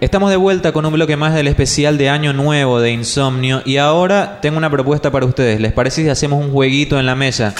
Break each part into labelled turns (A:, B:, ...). A: Estamos de vuelta con un bloque más del especial de Año Nuevo de Insomnio y ahora tengo una propuesta para ustedes. ¿Les parece si hacemos un jueguito en la mesa?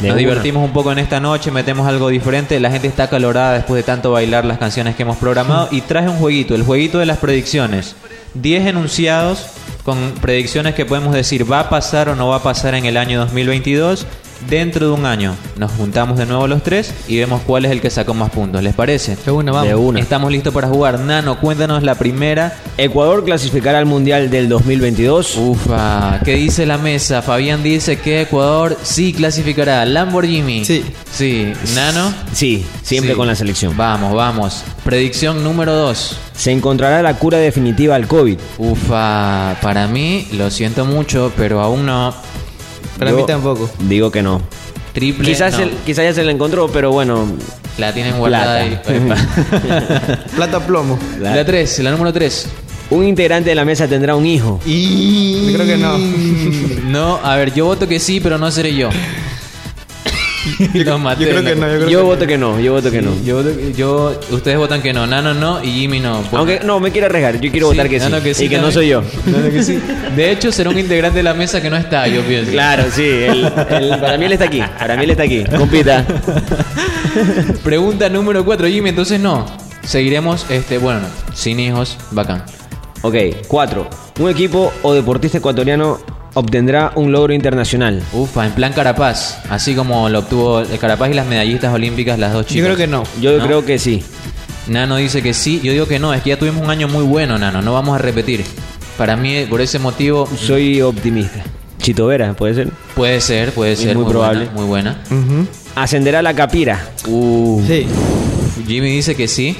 B: De
A: Nos
B: una.
A: divertimos un poco en esta noche, metemos algo diferente. La gente está acalorada después de tanto bailar las canciones que hemos programado. Y traje un jueguito, el jueguito de las predicciones. 10 enunciados con predicciones que podemos decir va a pasar o no va a pasar en el año 2022 dentro de un año. Nos juntamos de nuevo los tres y vemos cuál es el que sacó más puntos. ¿Les parece?
C: De una, vamos.
B: De una.
A: Estamos listos para jugar. Nano, cuéntanos la primera.
B: Ecuador clasificará al Mundial del 2022.
A: Uh. Ufa, ¿qué dice la mesa? Fabián dice que Ecuador sí clasificará. Lamborghini.
C: Sí.
A: Sí. Nano.
B: Sí, siempre
A: Sí.
B: con la selección.
A: Vamos, vamos. Predicción número 2.
B: Se encontrará la cura definitiva al COVID.
A: Ufa, para mí, lo siento mucho, pero aún no.
C: Para
B: Yo
C: mí tampoco.
B: Digo que no.
A: Triple.
B: Quizás,
A: no.
B: el- quizás ya se la encontró, pero bueno.
A: la tienen guardada ahí.
B: Plata.
A: Epa.
C: Plata plomo.
B: La-
A: la 3, la número 3.
B: Un integrante de la mesa tendrá un hijo.
C: Y... Creo que no.
A: No, a ver, yo voto que sí, pero no seré yo. Lo maté.
C: Yo creo que no, yo creo
B: Yo
C: que
B: voto que no, yo voto que no.
A: Yo, yo- ustedes votan que no, Nano no y Jimmy no. Por-
B: Aunque no, me quiero arriesgar. Yo quiero
A: Sí,
B: votar que sí.
A: Nano que sí
B: y que no
A: también.
B: soy yo.
A: Nano que sí. De hecho, será un integrante de la mesa que no está, yo pienso.
B: Claro, sí. él- él- para mí él está aquí. Para mí él está aquí. Compita.
A: Pregunta número 4, Jimmy, entonces no. Seguiremos, este, bueno, sin hijos, bacán.
B: Ok, cuatro. Un equipo o deportista ecuatoriano obtendrá un logro internacional.
A: Ufa, en plan Carapaz, así como lo obtuvo el Carapaz y las medallistas olímpicas, las dos chicas.
C: Yo creo que no.
B: Yo
A: No.
B: creo que sí.
A: Nano dice que sí, yo digo que no, es que ya tuvimos un año muy bueno, Nano, no vamos a repetir. Para mí, por ese motivo,
B: Soy optimista. Chito Vera, puede ser.
A: puede ser, puede ser.
B: muy probable.
A: buena, muy buena.
C: Ujú.
B: Ascenderá la capira.
A: Uh,
C: Sí.
A: Jimmy dice que sí.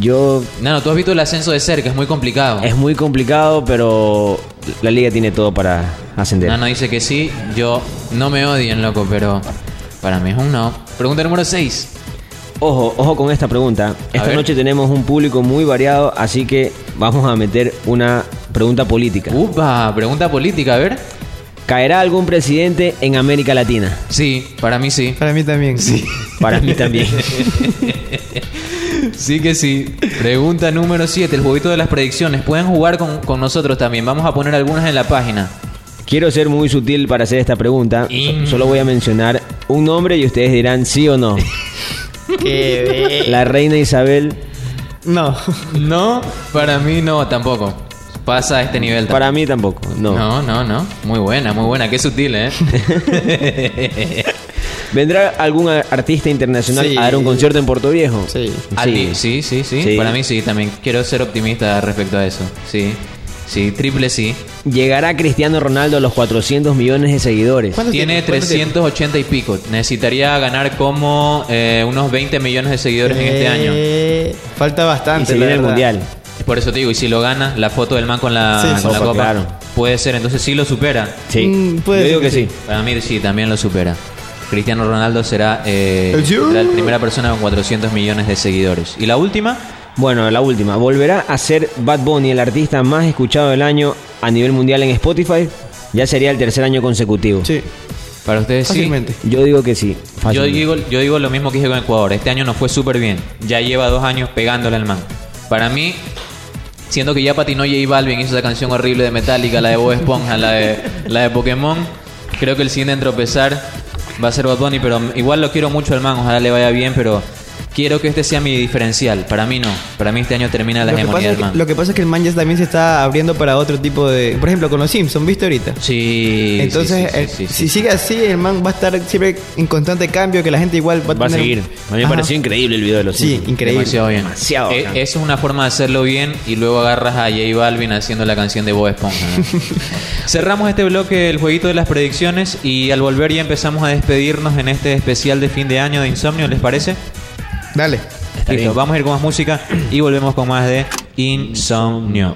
B: Yo.
A: Nano, tú has visto el ascenso de cerca, es muy complicado.
B: Es muy complicado, pero la liga tiene todo para ascender.
A: Nano dice que sí, yo no me odien, loco, pero para mí es un no. Pregunta número 6.
B: Ojo, ojo con esta pregunta. Esta
A: ver.
B: noche tenemos un público muy variado, así que vamos a meter una pregunta política.
A: Upa, pregunta política, a ver.
B: ¿Caerá algún presidente en América Latina?
A: Sí, para mí sí.
C: Para mí también. Sí.
B: Para mí también.
A: Sí que sí. Pregunta número 7, el jueguito de las predicciones. Pueden jugar con, con nosotros también. Vamos a poner algunas en la página.
B: Quiero ser muy sutil para hacer esta pregunta.
A: Mm.
B: Solo voy a mencionar un nombre y ustedes dirán sí o no. La reina Isabel.
C: No.
A: No, para mí no, tampoco. Pasa a este nivel.
B: Para mí tampoco. No.
A: No, no, no. Muy buena, muy buena. Qué sutil, ¿eh?
B: ¿Vendrá algún a- artista internacional
C: Sí.
B: a dar un concierto en Puerto Viejo?
C: Sí.
A: A ti, sí, sí, sí,
B: Sí.
A: Para mí sí, también. Quiero ser optimista respecto a eso. Sí, sí, triple sí.
B: ¿Llegará Cristiano Ronaldo a los 400 millones de seguidores?
C: ¿Cuánto
A: Tiene
C: tiene? ¿Cuánto tiene?
A: 380 y pico. Necesitaría ganar como eh, unos 20 millones de seguidores en este año.
C: Eh, Falta
B: Y
C: bastante.
B: se
C: la
B: viene el
C: verdad.
B: mundial.
A: Por eso te digo, y si lo gana, la foto del man con la,
C: Sí, sí.
A: con la
B: Opa,
A: copa,
B: claro.
A: puede ser. Entonces sí lo supera.
B: Sí.
C: Mm, puede
B: Yo
C: ser
B: digo
C: que
B: que sí.
C: sí.
A: Para mí sí, también lo supera. Cristiano Ronaldo será eh,
C: El Dios.
A: la primera persona con 400 millones de seguidores. Y la última,
B: Bueno, la última. ¿Volverá a ser Bad Bunny el artista más escuchado del año a nivel mundial en Spotify? Ya sería el tercer año consecutivo.
C: Sí.
A: para ustedes sí.
C: Fácilmente.
B: Yo digo que sí.
A: Yo
B: Fácilmente.
A: digo, yo digo lo mismo que dije con Ecuador. Este año nos fue súper bien. Ya lleva dos años pegándole al man. Para mí, siendo que ya patinó J Balvin, hizo esa canción horrible de Metallica, la de Bob Esponja, la de, la de Pokémon, creo que el siguiente en tropezar va a ser Bad Bunny, pero igual lo quiero mucho al man, ojalá le vaya bien, pero quiero que este sea mi diferencial. Para mí no. Para mí este año termina la
C: Lo que, pasa
A: hegemonía del
C: es que,
A: man.
C: lo que pasa es que el man ya también se está abriendo para otro tipo de. Por ejemplo, con los Simpsons, ¿viste ahorita?
A: Sí. sí,
C: Entonces,
A: sí, sí,
C: eh,
A: sí, sí,
C: si sigue así, el man va a estar siempre en constante cambio, que la gente igual va a
B: Va a
C: tener-
B: seguir. A mí me
C: Ajá.
B: pareció increíble el video de los
C: Sí,
B: Simpsons.
C: increíble.
A: Demasiado bien.
B: Demasiado
A: Eh,
B: bacán.
A: eso es una forma de hacerlo bien y luego agarras a J Balvin haciendo la canción de Bob Esponja. ¿no? Cerramos este bloque el jueguito de las predicciones y al volver ya empezamos a despedirnos en este especial de fin de año de Insomnio, ¿les parece?
C: Dale.
A: Listo, vamos a ir con más música y volvemos con más de Insomnio.